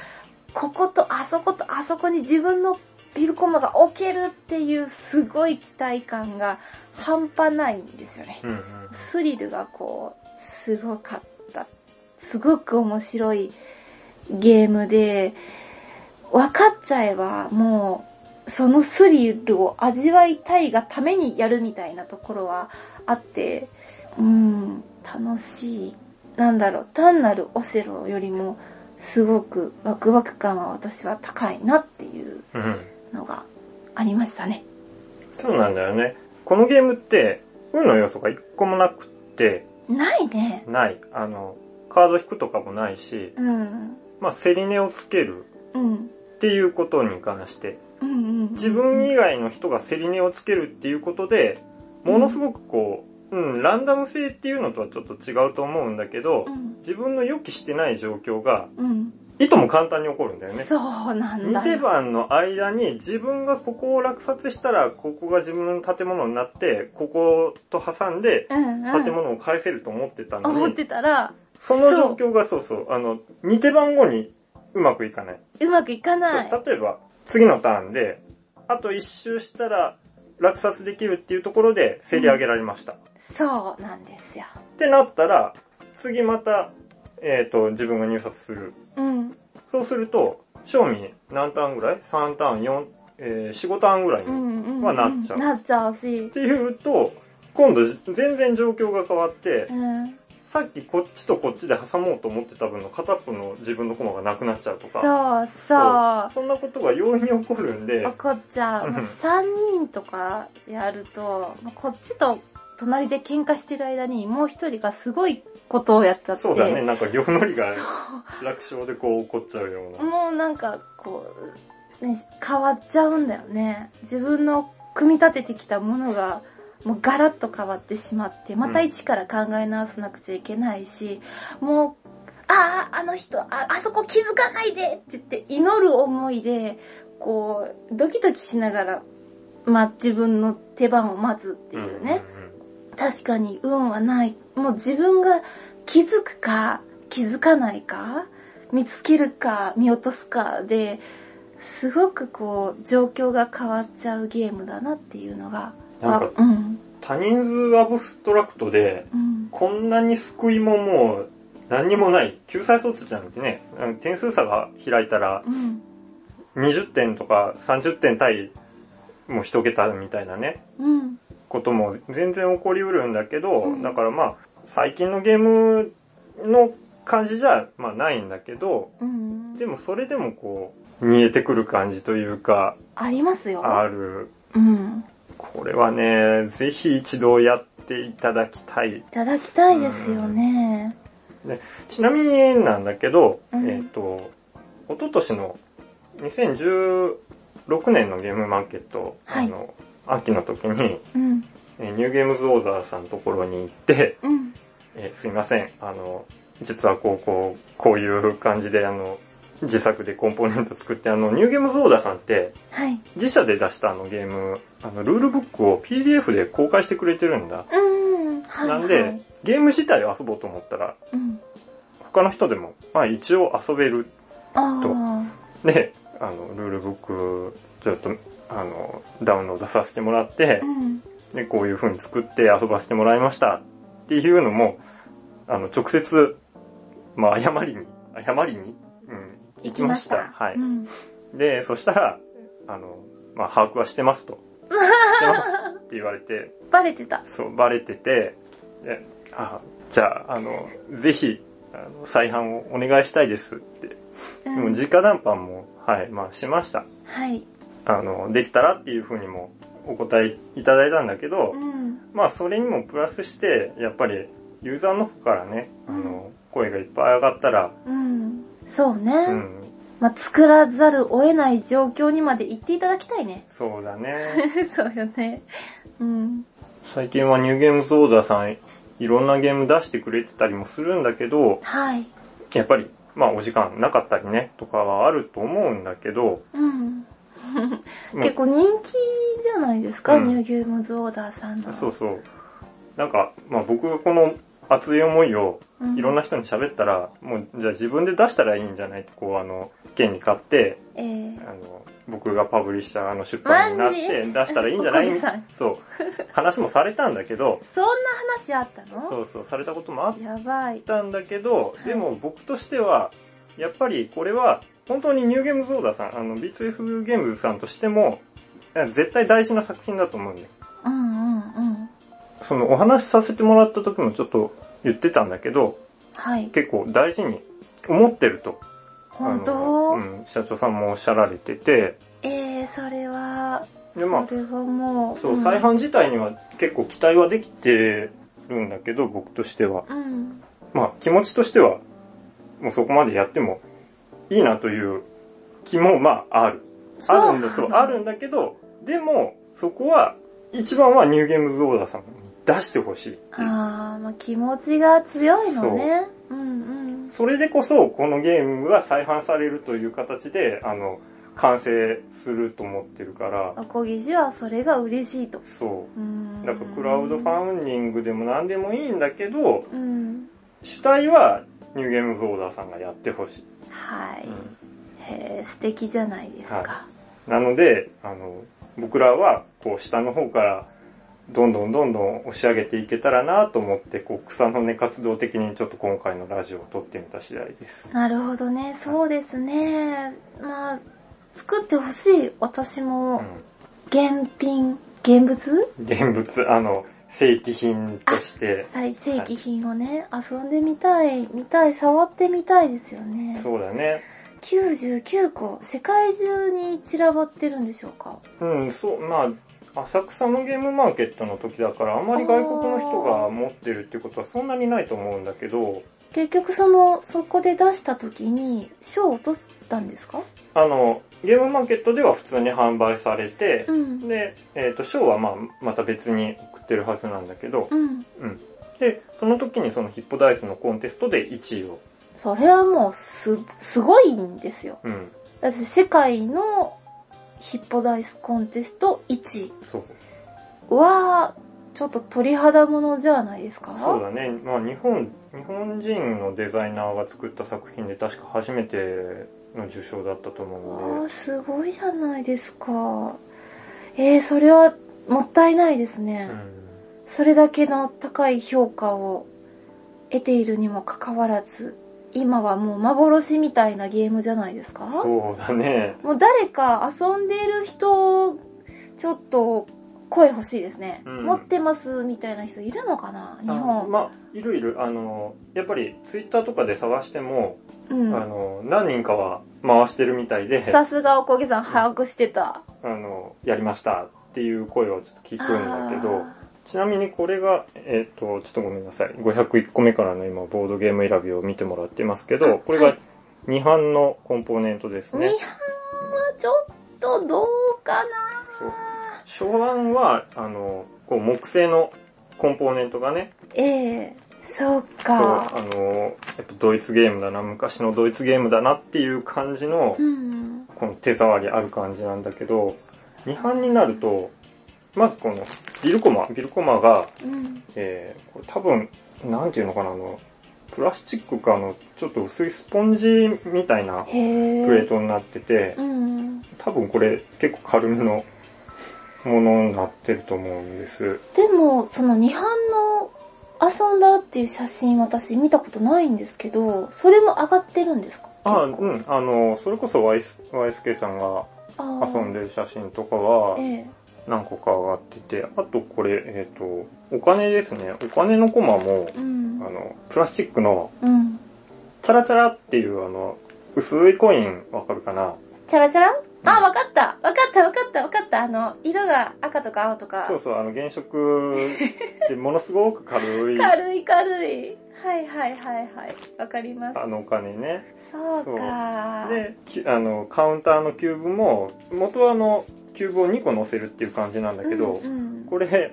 Speaker 2: こことあそことあそこに自分のビルコマが置けるっていうすごい期待感が半端ないんですよね
Speaker 1: あ。うんうん。
Speaker 2: スリルがこう、すごかった。すごく面白いゲームで、分かっちゃえばもう、そのスリルを味わいたいがためにやるみたいなところはあって、うん、楽しい。なんだろう、単なるオセロよりも、すごくワクワク感は私は高いなっていう
Speaker 1: うん。
Speaker 2: のがありましたね。
Speaker 1: そうなんだよね。このゲームって、運の要素が一個もなくって、
Speaker 2: ないね。
Speaker 1: ない。あの、カード引くとかもないし、
Speaker 2: うん。
Speaker 1: まあ、セリネをつける
Speaker 2: うん。
Speaker 1: っていうことに関して、
Speaker 2: うんうんうん。
Speaker 1: 自分以外の人が競り値をつけるっていうことで、ものすごくこう、うん、ランダム性っていうのとはちょっと違うと思うんだけど
Speaker 2: う、ん
Speaker 1: 自分の予期してない状況が
Speaker 2: うん。
Speaker 1: いとも簡単に起こるんだよね。
Speaker 2: そうなん
Speaker 1: 2
Speaker 2: だ
Speaker 1: 手
Speaker 2: よ。
Speaker 1: 番の間に自分がここを落札したら、ここが自分の建物になって、ここと挟んで、
Speaker 2: うんうん。
Speaker 1: 建物を返せると思ってたの
Speaker 2: 思っ
Speaker 1: に、
Speaker 2: てたら、
Speaker 1: その状況がそうそう、あの、2手番後にうまくいかない。
Speaker 2: うまくいかない。
Speaker 1: 例えば、次のターンで、あと1周したら落札できるっていうところで競り上げられました。
Speaker 2: そうなんですよ。
Speaker 1: ってなったら、次また、えっ、と、自分が入札する。
Speaker 2: うん。
Speaker 1: そうすると、賞味何ターンぐらい ?3 ターン、4、えー4、5ターンぐらいに。
Speaker 2: うんうんうん。
Speaker 1: はなっちゃう
Speaker 2: なっちゃうし
Speaker 1: っ。ていうと、今度全然状況が変わって
Speaker 2: う、ん。
Speaker 1: さっきこっちとこっちで挟もうと思ってた分の片っぽの自分の駒がなくなっちゃうとか、
Speaker 2: そうそう。
Speaker 1: そんなことが容易に起こるんで、
Speaker 2: 怒っちゃ う。
Speaker 1: うん
Speaker 2: もう3人とかやると、もうこっちと隣で喧嘩してる間にもう一人がすごいことをやっちゃって。
Speaker 1: そうだね、なんか両乗りが楽勝でこう起こっちゃうような。
Speaker 2: もうなんかこう、ね、変わっちゃうんだよね。自分の組み立ててきたものが、もうガラッと変わってしまって、また
Speaker 1: うん
Speaker 2: 一から考え直さなくちゃいけないし、もう、ああ、あの人、あ、あそこ気づかないでって言って祈る思いで、こう、ドキドキしながら、まあ、自分の手番を待つっていうね。
Speaker 1: うんうん
Speaker 2: 確かに運はない。もう自分が気づくか気づかないか見つけるか見落とすかで、すごくこう状況が変わっちゃうゲームだなっていうのが。
Speaker 1: なん
Speaker 2: わ
Speaker 1: か
Speaker 2: うん。
Speaker 1: うん多人数アブストラクトで、
Speaker 2: うん。
Speaker 1: こんなに救いももう何にもない。救済措置じゃなくてね、あの点数差が開いたら
Speaker 2: うん。
Speaker 1: 20点とか30点対もう一桁みたいなね、
Speaker 2: うん。
Speaker 1: ことも全然起こりうるんだけど、
Speaker 2: うん
Speaker 1: だからまあ、最近のゲームの感じじゃ、まあないんだけど、
Speaker 2: うん。
Speaker 1: でもそれでもこう、見えてくる感じというか、
Speaker 2: ありますよ。
Speaker 1: ある。
Speaker 2: うん。
Speaker 1: これはね、ぜひ一度やっていただきたい。
Speaker 2: いただきたいですよね。
Speaker 1: ちなみになんだけど、
Speaker 2: うん
Speaker 1: えっ、と、おととしの2016年のゲームマーケット、
Speaker 2: はい
Speaker 1: あの、秋の時に、
Speaker 2: うん。
Speaker 1: えーニューゲームズオーザーさんのところに行って、
Speaker 2: うん。
Speaker 1: えーすいません、あの、実はこう、こう、こういう感じで、あの、自作でコンポーネント作って、あの、ニューゲームズオーザーさんって、
Speaker 2: はい。
Speaker 1: 自社で出したあのゲーム、あの、ルールブックを PDF で公開してくれてるんだ。
Speaker 2: うん。はい。
Speaker 1: なん
Speaker 2: は
Speaker 1: で
Speaker 2: い、
Speaker 1: ゲーム自体を遊ぼうと思ったら、
Speaker 2: うん。
Speaker 1: 他の人でも、まあ一応遊べる
Speaker 2: あ
Speaker 1: と
Speaker 2: あ。
Speaker 1: で、あの、ルールブック、ちょっと、あの、ダウンロードさせてもらって
Speaker 2: う、ん。
Speaker 1: で、こういう風に作って遊ばせてもらいましたっていうのも、あの、直接、まあ、謝りに、謝りに、うん、
Speaker 2: 行きました。
Speaker 1: はい。
Speaker 2: うん。
Speaker 1: で、そしたら、あの、まあ、把握はしてます と。してますって言われて、
Speaker 2: バレてた。
Speaker 1: そう、バレてて、であ、じゃあ、あの、ぜひ、あの再販をお願いしたいですって。
Speaker 2: う
Speaker 1: でも、
Speaker 2: ん。
Speaker 1: 直談判も、はい、まあ、しました。
Speaker 2: はい。
Speaker 1: あの、できたらっていうふうにもお答えいただいたんだけど
Speaker 2: う、ん。
Speaker 1: まあそれにもプラスして、やっぱりユーザーの方からね、あ
Speaker 2: う
Speaker 1: の、声がいっぱい上がったら、
Speaker 2: うん。そうね。
Speaker 1: うん、。
Speaker 2: まあ、作らざるを得ない状況にまで行っていただきたいね
Speaker 1: そうだね。
Speaker 2: そうよね。うん。
Speaker 1: 最近はニューゲームズオーダーさん、いろんなゲーム出してくれてたりもするんだけど、
Speaker 2: はい。
Speaker 1: やっぱり、まあお時間なかったりね、とかはあると思うんだけど、
Speaker 2: うん。
Speaker 1: もう
Speaker 2: 結構人気じゃないですか、
Speaker 1: うん
Speaker 2: ニューゲームズオーダーさんの。
Speaker 1: そうそう。なんか、まあ僕がこの熱い思いを
Speaker 2: うん。
Speaker 1: いろん
Speaker 2: な。
Speaker 1: な人に喋ったら、もう、じゃあ自分で出したらいいんじゃないと、こう、あの、券に買って、
Speaker 2: えー、
Speaker 1: あの、僕がパブリッシャーの出版になって、
Speaker 2: マジ
Speaker 1: 出したらいいんじゃな
Speaker 2: お小さ
Speaker 1: い
Speaker 2: ん
Speaker 1: そう。話もされたんだけど、
Speaker 2: そんな話あったの
Speaker 1: そうそう、されたこともあっ
Speaker 2: やばい。
Speaker 1: たんだけど
Speaker 2: い、
Speaker 1: でも僕としては、やっぱりこれは、本当にニューゲームズオーダーさん、あの、B2F ゲームズさんとしても、絶対大事な作品だと思うんだよ。
Speaker 2: うんうんうん。
Speaker 1: その、お話しさせてもらった時もちょっと言ってたんだけど、
Speaker 2: はい。
Speaker 1: 結構大事に思ってると。
Speaker 2: 本
Speaker 1: あ
Speaker 2: 当、
Speaker 1: のうん、社長さんもおっしゃられてて、
Speaker 2: えー、それは、
Speaker 1: でまあ
Speaker 2: それはもう。
Speaker 1: そう、
Speaker 2: ん
Speaker 1: 再販自体には結構期待はできてるんだけど、僕としては。
Speaker 2: うん。
Speaker 1: まあ、気持ちとしては、もうそこまでやってもいいなという気も、まあ、ある。あるんだ、そう、あるんだけど、でも、そこは、一番はニューゲームズオーダーさんに出してほしいっていう。
Speaker 2: あー、まあ、気持ちが強いのね。うんうん。
Speaker 1: それでこそ、このゲームが再販されるという形で、あの、完成すると思ってるから、
Speaker 2: アコギじゃそれが嬉しいと。
Speaker 1: そうう。
Speaker 2: ん
Speaker 1: なんかクラウドファンディングでも何でもいいんだけど、
Speaker 2: うん。
Speaker 1: 主体はニューゲームズオーダーさんがやってほしい。
Speaker 2: はい。
Speaker 1: うん
Speaker 2: へー素敵じゃないですか
Speaker 1: は。なので、あの、僕らは、こう、下の方から、どんどんどんどん押し上げていけたらなと思って、こう、草の根活動的にちょっと今回のラジオを撮ってみた次第です。
Speaker 2: なるほどね。そうですね。まあ、作ってほしい。私も、
Speaker 1: う
Speaker 2: 原品、現
Speaker 1: ん。
Speaker 2: 物
Speaker 1: 現物、あの、正規品として、
Speaker 2: はい正規品をね、遊んでみたい、見たい、触ってみたいですよね。
Speaker 1: そうだね。
Speaker 2: 99個、世界中に散らばってるんでしょうか
Speaker 1: うん、そう、まあ、浅草のゲームマーケットの時だから、あんまり外国の人が持ってるってことはそんなにないと思うんだけど、
Speaker 2: 結局その、そこで出した時に、賞を落としたんですか
Speaker 1: あの、ゲームマーケットでは普通に販売されて、
Speaker 2: うん。
Speaker 1: で、えっ、と、賞はまあ、また別に送ってるはずなんだけど、
Speaker 2: うん。
Speaker 1: うん。で、その時にそのヒッポダイスのコンテストで1位を、
Speaker 2: それはもう、す、すごいんですよ。
Speaker 1: うん、
Speaker 2: だって世界のヒッポダイスコンテスト1位。
Speaker 1: そう。
Speaker 2: うわぁ、ちょっと鳥肌ものじゃないですか
Speaker 1: そうだね。まあ、日本、日本人のデザイナーが作った作品で確か初めての受賞だったと思う
Speaker 2: わ
Speaker 1: の
Speaker 2: ぁ、
Speaker 1: で、
Speaker 2: すごいじゃないですか。えー、それはもったいないですね
Speaker 1: う。ん。
Speaker 2: それだけの高い評価を得ているにもかかわらず、今はもう幻みたいなゲームじゃないですか
Speaker 1: そうだね。
Speaker 2: もう誰か遊んでる人、ちょっと声欲しいですね。
Speaker 1: うん
Speaker 2: 持ってますみたいな人いるのかな日
Speaker 1: あ
Speaker 2: 本。
Speaker 1: まあ、いるいる。あの、やっぱりツイッターとかで探しても、
Speaker 2: う
Speaker 1: あ
Speaker 2: ん。
Speaker 1: の、何人かは回してるみたいで、
Speaker 2: さすがおこげさん把握してた。
Speaker 1: あの、やりましたっていう声をちょっと聞くんだけど、
Speaker 2: あ
Speaker 1: ちなみにこれが、えっ、と、ちょっとごめんなさい。501個目からの今、ボードゲーム選びを見てもらってますけど、これ
Speaker 2: は
Speaker 1: が
Speaker 2: い
Speaker 1: 2版のコンポーネントです
Speaker 2: ー
Speaker 1: ね
Speaker 2: 日。本はちょっとどうかな
Speaker 1: そう初版は、あの、こう木製のコンポーネントがね、
Speaker 2: ええそ
Speaker 1: そ
Speaker 2: う
Speaker 1: う
Speaker 2: か。
Speaker 1: あの、やっぱドイツゲームだな、昔のドイツゲームだなっていう感じの
Speaker 2: う、ん。
Speaker 1: この手触りある感じなんだけど、2版になると、まずこのビルコマ、ビルコマが、
Speaker 2: うん。
Speaker 1: えー、これ多分、なんていうのかな、あの、プラスチックかあの、ちょっと薄いスポンジみたいな
Speaker 2: へえ。
Speaker 1: プレートになってて、
Speaker 2: うん。
Speaker 1: 多分これ結構軽めのものになってると思うんです。
Speaker 2: でも、その二班の遊んだっていう写真私見たことないんですけど、それも上がってるんですか
Speaker 1: あ、うん、あの、それこそ YS YSK さんが遊ん
Speaker 2: で。
Speaker 1: でる写真とかは
Speaker 2: ええ
Speaker 1: 何個か上がってて、あとこれ、えっ、と、お金ですね。お金のコマも、
Speaker 2: う
Speaker 1: あ
Speaker 2: ん。
Speaker 1: の、プラスチックの
Speaker 2: うん。
Speaker 1: チャラチャラっていうあの、薄いコインわかるかな
Speaker 2: チャラチャラあ、
Speaker 1: うん
Speaker 2: わかったわかったわかったわかったあの、色が赤とか青とか。
Speaker 1: そうそう、あの原色でものすごく軽い、あ
Speaker 2: 軽い軽い。はいはいはいはい。わかります。
Speaker 1: のお金ね。
Speaker 2: そうか。
Speaker 1: で、きあの、カウンターのキューブも、元はあの、キューブを2個乗せるっていう感じなんだけど、
Speaker 2: うんうん
Speaker 1: これ、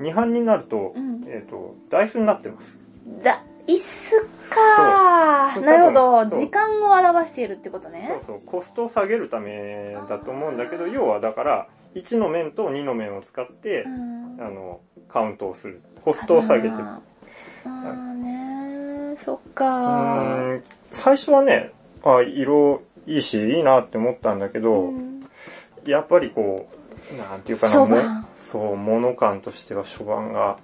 Speaker 1: 2班になると
Speaker 2: う、ん
Speaker 1: えっ、と、ダイスになってます。
Speaker 2: だ、椅子か
Speaker 1: そ
Speaker 2: ー。
Speaker 1: う
Speaker 2: なるほど。
Speaker 1: そう
Speaker 2: 時間を表しているってことね
Speaker 1: そう。そう、コストを下げるためだと思うんだけど、要はだから、1の面と2の面を使って
Speaker 2: う、ん
Speaker 1: あの、カウントをする。コストを下げてる。
Speaker 2: あーねー、そっか
Speaker 1: う
Speaker 2: ー。
Speaker 1: ーん最初はね、あ、色いいし、いいなって思ったんだけど、
Speaker 2: うん
Speaker 1: やっぱりこう、なんていうかな、
Speaker 2: 初版
Speaker 1: もそう、物感としては初版が、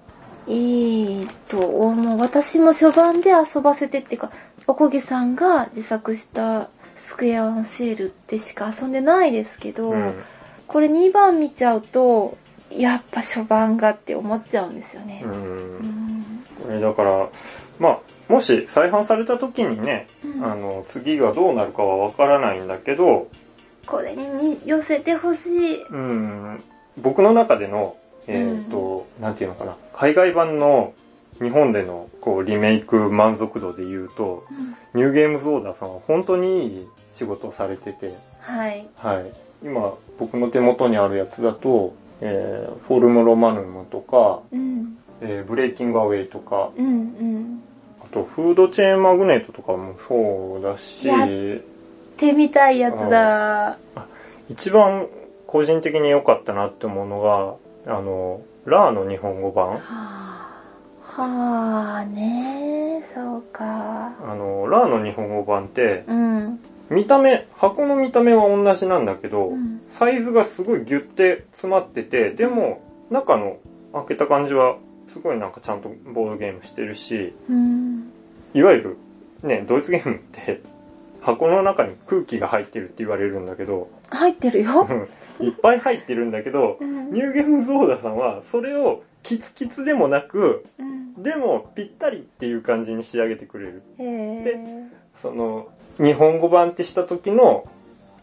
Speaker 2: いいと思う。私も初版で遊ばせてっていうか、おこげさんが自作したスクエアワンシールでしか遊んでないですけど、
Speaker 1: うん、
Speaker 2: これ2番見ちゃうと、やっぱ初版がって思っちゃうんですよね
Speaker 1: う。。
Speaker 2: うんん。
Speaker 1: これだから、まあ、もし再販された時にね、
Speaker 2: うん
Speaker 1: あの、次がどうなるかはわからないんだけど、
Speaker 2: これに寄せてほしい。
Speaker 1: うん、僕の中での、えっ、と、なんていうのかな、海外版の日本でのこうリメイク満足度で言うと、
Speaker 2: うん
Speaker 1: ニューゲームズオーダーさんは本当にいい仕事をされてて、
Speaker 2: はい。
Speaker 1: はい。今、僕の手元にあるやつだと、えーフォルムロマヌムとか、
Speaker 2: うん。
Speaker 1: えーブレイキングアウェイとか、
Speaker 2: うんうん。
Speaker 1: ああと、フードチェーンマグネットとかもそうだし、
Speaker 2: や手みたいやつだ。
Speaker 1: 一番個人的に良かったなって思うのが、あの、ラーの日本語版。
Speaker 2: はぁ、はぁねぇ、そうか。
Speaker 1: あの、ラーの日本語版って、
Speaker 2: うん。
Speaker 1: 見た目、箱の見た目は同じなんだけど、
Speaker 2: うん
Speaker 1: サイズがすごいギュって詰まってて、でも、中の開けた感じは、すごいなんかちゃんとボードゲームしてるし、
Speaker 2: うん。
Speaker 1: いわゆる、ね、ドイツゲームって、箱の中に空気が入ってるって言われるんだけど、
Speaker 2: 入ってるよ
Speaker 1: う。んいっぱい入ってるんだけど
Speaker 2: う、ん。
Speaker 1: ニューゲームゾーダさんは、それをキツキツでもなく、
Speaker 2: うん。
Speaker 1: でもぴったりっていう感じに仕上げてくれる。
Speaker 2: へぇ
Speaker 1: その、日本語版ってした時の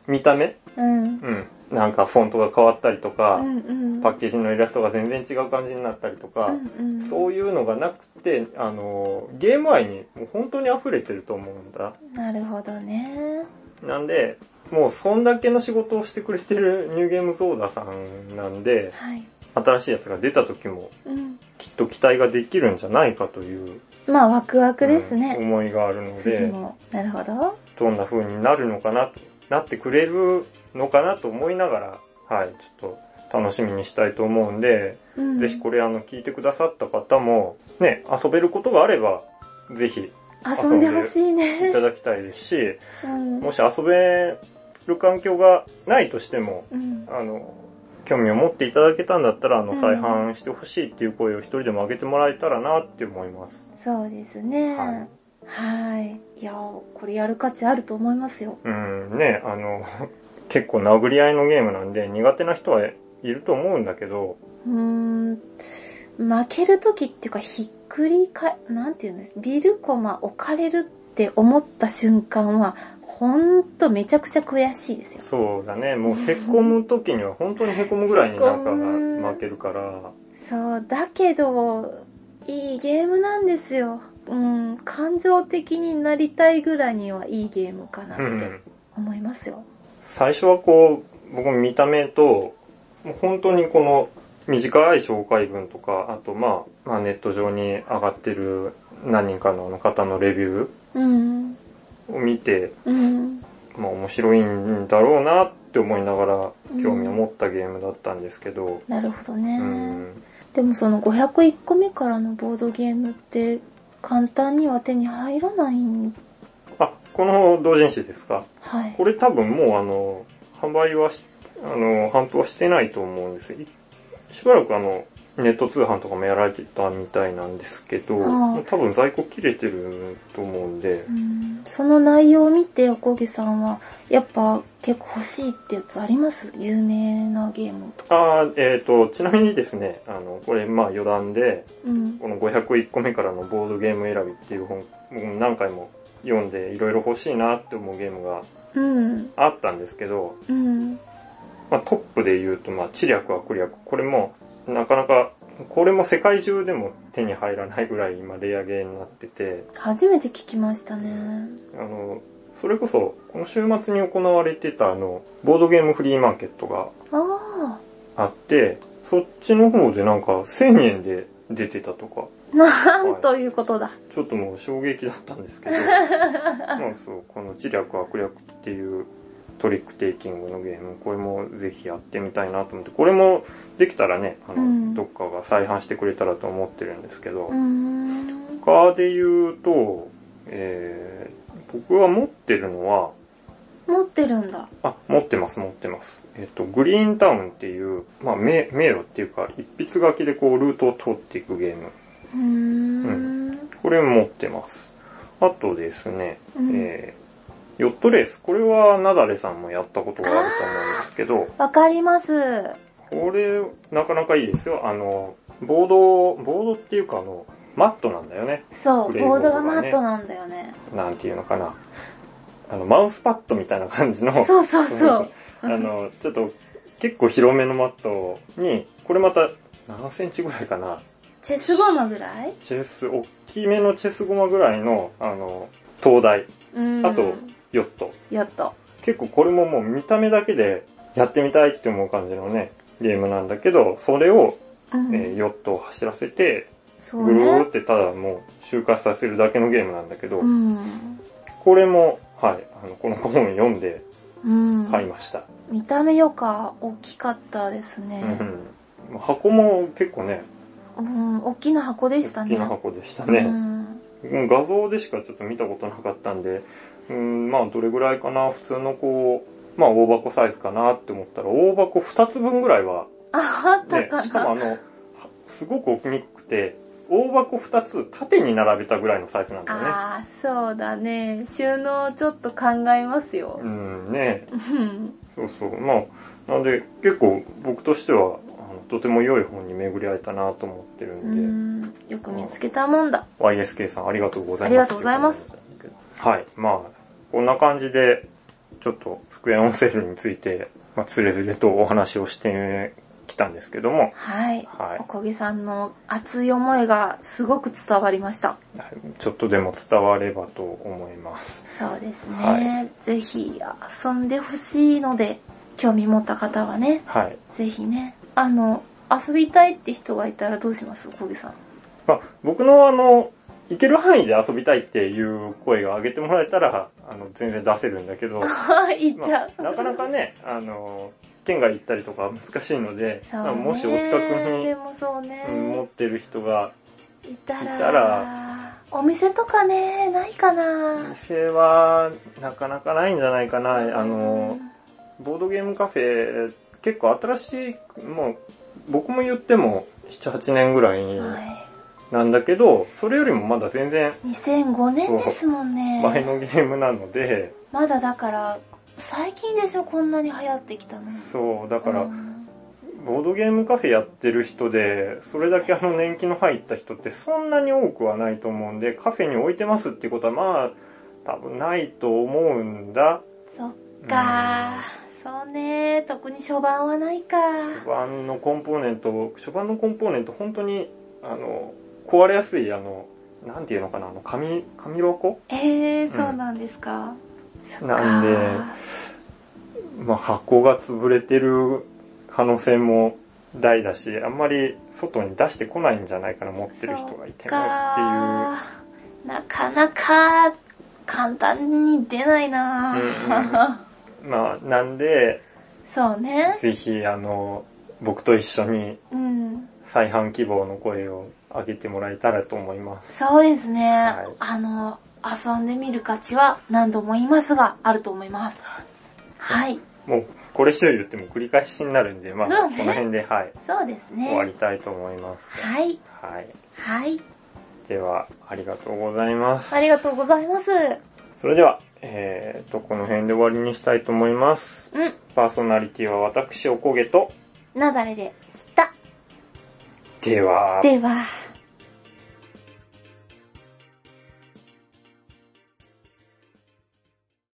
Speaker 1: 見た目
Speaker 2: うん。
Speaker 1: うん。なんかフォントが変わったりとか、
Speaker 2: うんうん。
Speaker 1: パッケージのイラストが全然違う感じになったりとか、
Speaker 2: うんうん
Speaker 1: そういうのがなくて、あの、ゲーム愛にもう本当に溢れてると思うんだ。
Speaker 2: なるほどね。
Speaker 1: なんで、もうそんだけの仕事をしてくれてるニューゲームゾーダさんなんで、
Speaker 2: はい。
Speaker 1: 新しいやつが出た時も
Speaker 2: うん。
Speaker 1: きっと期待ができるんじゃないかという、
Speaker 2: まあ、ワクワクです
Speaker 1: うん
Speaker 2: ね。
Speaker 1: 思いがあるの
Speaker 2: 次
Speaker 1: で、
Speaker 2: も。なるほど。
Speaker 1: どんな風になるのかなと、なってくれるのかなと思いながら、はい、ちょっと楽しみにしたいと思うんで、
Speaker 2: うん。
Speaker 1: ぜひこれあの聞いてくださった方も、ね、遊べることがあれば、ぜひ
Speaker 2: 遊んでほしい
Speaker 1: い
Speaker 2: ね
Speaker 1: た。だきたいですし、
Speaker 2: うん。
Speaker 1: もし遊べる環境がないとしても、
Speaker 2: うん。
Speaker 1: あの、興味を持っていただけたんだったら、あ
Speaker 2: う
Speaker 1: の、
Speaker 2: ん
Speaker 1: 再販してほしいっていう声を一人でも上げてもらえたらなって思います。
Speaker 2: そうですね。
Speaker 1: はい
Speaker 2: はい。いやー、これやる価値あると思いますよ。
Speaker 1: うん、ね、あの、結構殴り合いのゲームなんで、苦手な人はいると思うんだけど、
Speaker 2: うーん。負けるときっていうか、ひっくりか、なんていうんですビルコマ置かれるって思った瞬間は、ほんとめちゃくちゃ悔しいですよ。
Speaker 1: そうだね、もう凹む時には本当に凹むぐらいになんかが負けるから、
Speaker 2: そう、だけど、いいゲームなんですよ。うん、感情的になりたいぐらいにはいいゲームかなっ
Speaker 1: う
Speaker 2: て
Speaker 1: ん。
Speaker 2: 思いますよ。
Speaker 1: 最初はこう、僕も見た目と、もう本当にこの短い紹介文とか、あとまあ、まあネット上に上がってる何人かのあの方のレビュ
Speaker 2: うん、
Speaker 1: ーを見て、
Speaker 2: うん、
Speaker 1: まあ面白いんだろうなって思いながら興味を持ったゲームだったんですけど、
Speaker 2: なるほどね。
Speaker 1: うん、
Speaker 2: でもその501個目からのボードゲームって簡単には手に入らないん
Speaker 1: あ、この同人誌ですか
Speaker 2: はい。
Speaker 1: これ多分もうあの、販売はし、あの、販布はしてないと思うんですよ。いしばらくあの、ネット通販とかもやられてたみたいなんですけど、
Speaker 2: ああ
Speaker 1: もう多分在庫切れてると思うんで
Speaker 2: う、んその内容を見て、おこげさんは、やっぱ結構欲しいってやつあります有名なゲームとか。
Speaker 1: ああ、えっ、と、ちなみにですね、あの、これまあ余談で、
Speaker 2: うん。
Speaker 1: この501個目からのボードゲーム選びっていう本、僕も何回も読んでいろいろ欲しいなって思うゲームが
Speaker 2: うん。
Speaker 1: あったんですけど、
Speaker 2: うん。
Speaker 1: まあ、トップで言うと、まあ、知略悪略。これも、なかなか、これも世界中でも手に入らないぐらい今レアゲーになってて、
Speaker 2: 初めて聞きましたね。
Speaker 1: あの、それこそ、この週末に行われてたあの、ボードゲームフリーマーケットが
Speaker 2: あ
Speaker 1: あって、そっちの方でなんか1000円で出てたとか、
Speaker 2: あ。なんということだ。
Speaker 1: ちょっともう衝撃だったんです けど、まあそう、この知略悪略っていうトリックテイキングのゲーム、これもぜひやってみたいなと思って、これもできたらね、あの、
Speaker 2: うん
Speaker 1: どっかが再販してくれたらと思ってるんですけど、
Speaker 2: うーん。
Speaker 1: 他で言うと、えー、僕は持ってるのは、
Speaker 2: 持ってるんだ。
Speaker 1: あ、持ってます、持ってます。えっ、と、グリーンタウンっていう、まあ、迷迷路っていうか、一筆書きでこう、ルートを通っていくゲーム。
Speaker 2: うーん。
Speaker 1: これ持ってます。あとですね、
Speaker 2: うん
Speaker 1: えー、ヨットレース。これはナダレさんもやったことがあると思うんですけど、
Speaker 2: わかります。
Speaker 1: これ、なかなかいいですよ。あの、ボード、ボードっていうかあの、マットなんだよね。
Speaker 2: そう、
Speaker 1: グレーボ
Speaker 2: ボ
Speaker 1: ー
Speaker 2: ー
Speaker 1: ド
Speaker 2: ド
Speaker 1: が
Speaker 2: が
Speaker 1: ね
Speaker 2: マットなんだよね。
Speaker 1: なんていうのかな。あの、マウスパッドみたいな感じの、
Speaker 2: そうそうそう。
Speaker 1: あの、ちょっと、結構広めのマットに、これまた、何センチぐらいかな。
Speaker 2: チェスゴマぐらい
Speaker 1: チェス、大きめのチェスゴマぐらいの、あの、灯台、
Speaker 2: うん。
Speaker 1: あと、ヨット。
Speaker 2: やっと。
Speaker 1: 結構これももう見た目だけでやってみたいって思う感じのね、ゲームなんだけど、それを、
Speaker 2: うん
Speaker 1: えーヨットを走らせて、
Speaker 2: そう
Speaker 1: ぐるー
Speaker 2: ね
Speaker 1: っ。てただもう周回させるだけのゲームなんだけど、
Speaker 2: うん。
Speaker 1: これも、はい、あの、この本を読んで
Speaker 2: うん。
Speaker 1: 買いました。
Speaker 2: 見た目よか大きかったです
Speaker 1: う
Speaker 2: ね。
Speaker 1: ん。箱も結構ね、
Speaker 2: うん、大きな箱でした
Speaker 1: 大
Speaker 2: ね。
Speaker 1: きな箱でした
Speaker 2: う
Speaker 1: ね。
Speaker 2: ん。
Speaker 1: うん画像でしかちょっと見たことなかったんで、うん、まあどれぐらいかな、普通のこう、まあ大箱サイズかなって思ったら、大箱2つ分ぐらいは、
Speaker 2: あ、あった
Speaker 1: ね
Speaker 2: かな。、
Speaker 1: しかもあの、はすごく大きくて、大箱2つ縦に並べたぐらいのサイズなんだよね。
Speaker 2: ああ、そうだね。収納ちょっと考えますよ
Speaker 1: う。ん、ね
Speaker 2: うん。
Speaker 1: そうそう。まあ、なんで結構僕としては、あのとても良い本に巡り合えたなと思ってる
Speaker 2: うん
Speaker 1: で、
Speaker 2: ん。よく見つけたもんだ。
Speaker 1: YSK さんありがとうございます。
Speaker 2: ありがとうございます。
Speaker 1: はい。まあ、こんな感じで、ちょっとスクエアオンセールについて、まあ、つれづれとお話をしてきたんですけども、
Speaker 2: はい。
Speaker 1: はい
Speaker 2: おこげさんの熱い思いがすごく伝わりました。
Speaker 1: ちょっとでも伝わればと思います。
Speaker 2: そうですね。
Speaker 1: は
Speaker 2: ぜひ遊んでほしいので、興味持った方はね、
Speaker 1: はい。
Speaker 2: ぜひね。あの、遊びたいって人がいたらどうしますおこげさん。
Speaker 1: まあ、僕のあの、行ける範囲で遊びたいっていう声を上げてもらえたら、あの、全然出せるんだけど、
Speaker 2: はい、言っちゃ
Speaker 1: ま
Speaker 2: う。
Speaker 1: あ、なかなかね、あの、県外行ったりとかは難しいので、
Speaker 2: そう
Speaker 1: まあ
Speaker 2: ね
Speaker 1: もしお近くに
Speaker 2: で、もそうね。
Speaker 1: うん持ってる人が、
Speaker 2: いたら
Speaker 1: いたら
Speaker 2: お店とかね、ないかな
Speaker 1: 店はなかなかないんじゃないかな。あの、ボードゲームカフェ、結構新しい、もう、僕も言っても7、8年ぐらい
Speaker 2: うんは
Speaker 1: なんだけど、それよりもまだ全然
Speaker 2: い。2005年ですもん
Speaker 1: 前
Speaker 2: ね。
Speaker 1: のゲームなので、
Speaker 2: まだだから、最近でしょ、こんなに流行ってきたの。
Speaker 1: そう、だ
Speaker 2: だ
Speaker 1: から、ボードゲームカフェやってる人で、それだけあの年季の入った人ってそんなに多くはないと思うんで、カフェに置いてますってことはまあ、多分ないと思うんだ。
Speaker 2: そっかそうね特に初版はないか
Speaker 1: うん初版のコンポーネント、初版のコンポーネント本当に、あの、壊れやすい、あの、なんていうのかな、あの、紙、紙箱
Speaker 2: えー、そうなんですか。そっか
Speaker 1: なんで、まあ箱が潰れてる可能性も大だし、あんまり外に出してこないんじゃないかな、持ってる人がいてもっていう。
Speaker 2: う。なかなか簡単に出ないな、
Speaker 1: うんまあ、なんで、
Speaker 2: そうね。
Speaker 1: ぜひ、あの、僕と一緒に
Speaker 2: うん。
Speaker 1: 再販希望の声を上げてもらえたらと思います。
Speaker 2: そうですね。
Speaker 1: はい
Speaker 2: あの、遊んでみる価値は何度も言いますが、あると思います。はい。
Speaker 1: もう、これ以上言っても繰り返しになるんで、まあ、
Speaker 2: そうね
Speaker 1: この辺で、はい、
Speaker 2: そうですね。
Speaker 1: 終わりたいと思います。
Speaker 2: はい。
Speaker 1: はい。
Speaker 2: はい。
Speaker 1: では、ありがとうございます。
Speaker 2: ありがとうございます。
Speaker 1: それでは、えーと、この辺で終わりにしたいと思います。
Speaker 2: うん。
Speaker 1: パーソナリティは私、おこげと、
Speaker 2: なだれでした。
Speaker 1: では、
Speaker 2: では。